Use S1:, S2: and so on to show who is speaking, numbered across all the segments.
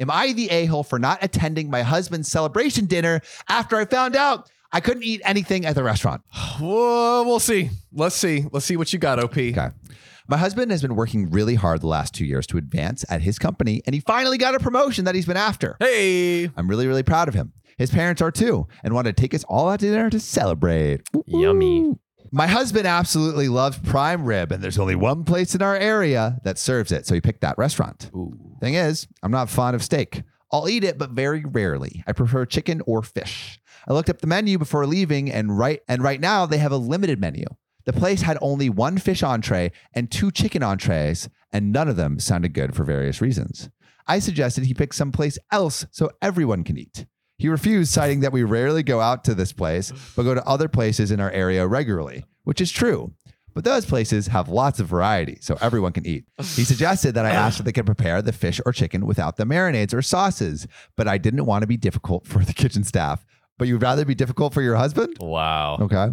S1: Am I the a hole for not attending my husband's celebration dinner after I found out I couldn't eat anything at the restaurant?
S2: Well, we'll see. Let's see. Let's see what you got, OP.
S1: Okay. My husband has been working really hard the last two years to advance at his company, and he finally got a promotion that he's been after.
S2: Hey.
S1: I'm really, really proud of him. His parents are too, and want to take us all out to dinner to celebrate. Woo-hoo.
S3: Yummy.
S1: My husband absolutely loves prime rib, and there's only one place in our area that serves it, so he picked that restaurant. Thing is, I'm not fond of steak. I'll eat it, but very rarely. I prefer chicken or fish. I looked up the menu before leaving, and right and right now they have a limited menu. The place had only one fish entree and two chicken entrees, and none of them sounded good for various reasons. I suggested he pick someplace else so everyone can eat. He refused, citing that we rarely go out to this place, but go to other places in our area regularly, which is true. But those places have lots of variety, so everyone can eat. He suggested that I asked if they could prepare the fish or chicken without the marinades or sauces, but I didn't want to be difficult for the kitchen staff. But you'd rather be difficult for your husband?
S3: Wow.
S1: Okay.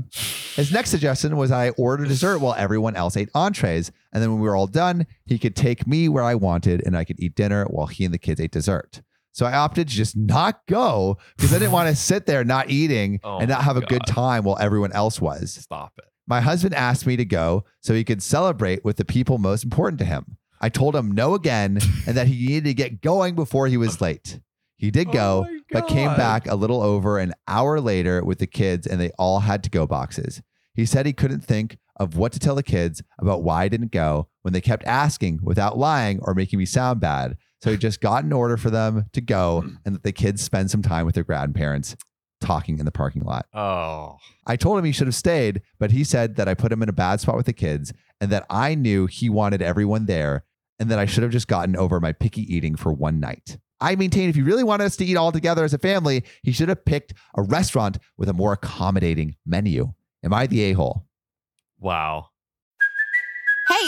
S1: His next suggestion was I order dessert while everyone else ate entrees. And then when we were all done, he could take me where I wanted and I could eat dinner while he and the kids ate dessert. So I opted to just not go because I didn't want to sit there not eating
S3: Oh
S1: and not
S3: my
S1: have a
S3: God.
S1: good time while everyone else was.
S3: Stop it.
S1: My husband asked me to go so he could celebrate with the people most important to him. I told him no again and that he needed to get going before he was late. He did go,
S2: Oh my
S1: but came
S2: God.
S1: back a little over an hour later with the kids, and they all had to go boxes. He said he couldn't think of what to tell the kids about why I didn't go when they kept asking without lying or making me sound bad. So he just got an order for them to go and that the kids spend some time with their grandparents talking in the parking lot.
S3: Oh.
S1: I told him he should have stayed, but he said that I put him in a bad spot with the kids and that I knew he wanted everyone there and that I should have just gotten over my picky eating for one night. I maintain if he really wanted us to eat all together as a family, he should have picked a restaurant with a more accommodating menu. Am I the a hole?
S3: Wow.
S4: Hey,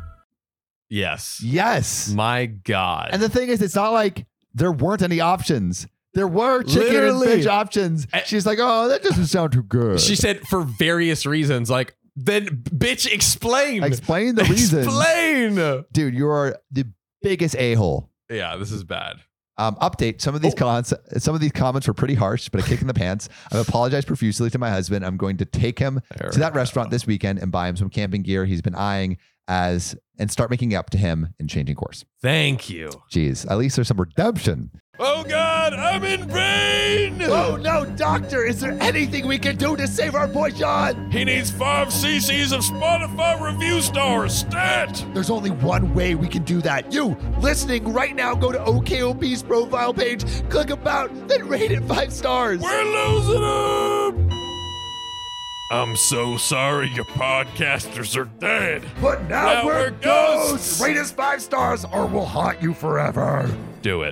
S3: Yes.
S1: Yes.
S3: My God.
S1: And the thing is, it's not like there weren't any options. There were chicken
S2: Literally.
S1: and fish options. She's like, oh, that doesn't sound too good.
S2: She said for various reasons. Like, then, bitch, explain.
S1: Explain the reason.
S2: Explain.
S1: Dude, you are the biggest a hole.
S2: Yeah, this is bad.
S1: Um, update: Some of these
S2: Oh.
S1: cons, some of these comments were pretty harsh, but a kick in the pants. I've apologized profusely to my husband. I'm going to take him
S2: There
S1: to that
S2: we
S1: restaurant
S2: go.
S1: this weekend and buy him some camping gear he's been eyeing as and start making up to him and changing course.
S2: Thank you.
S1: Jeez, at least there's some redemption.
S2: Oh God, I'm in pain.
S1: Oh, no, doctor! Is there anything we can do to save our boy John?
S2: He needs five cc's of Spotify review stars. Stat.
S1: There's only one way we can do that. You listening right now? Go to OKOP's profile page, click about, then rate it five stars.
S2: We're losing him. I'm so sorry. Your podcasters are dead.
S1: But
S2: Now we're ghosts.
S1: us five stars or we'll haunt you forever.
S2: Do it.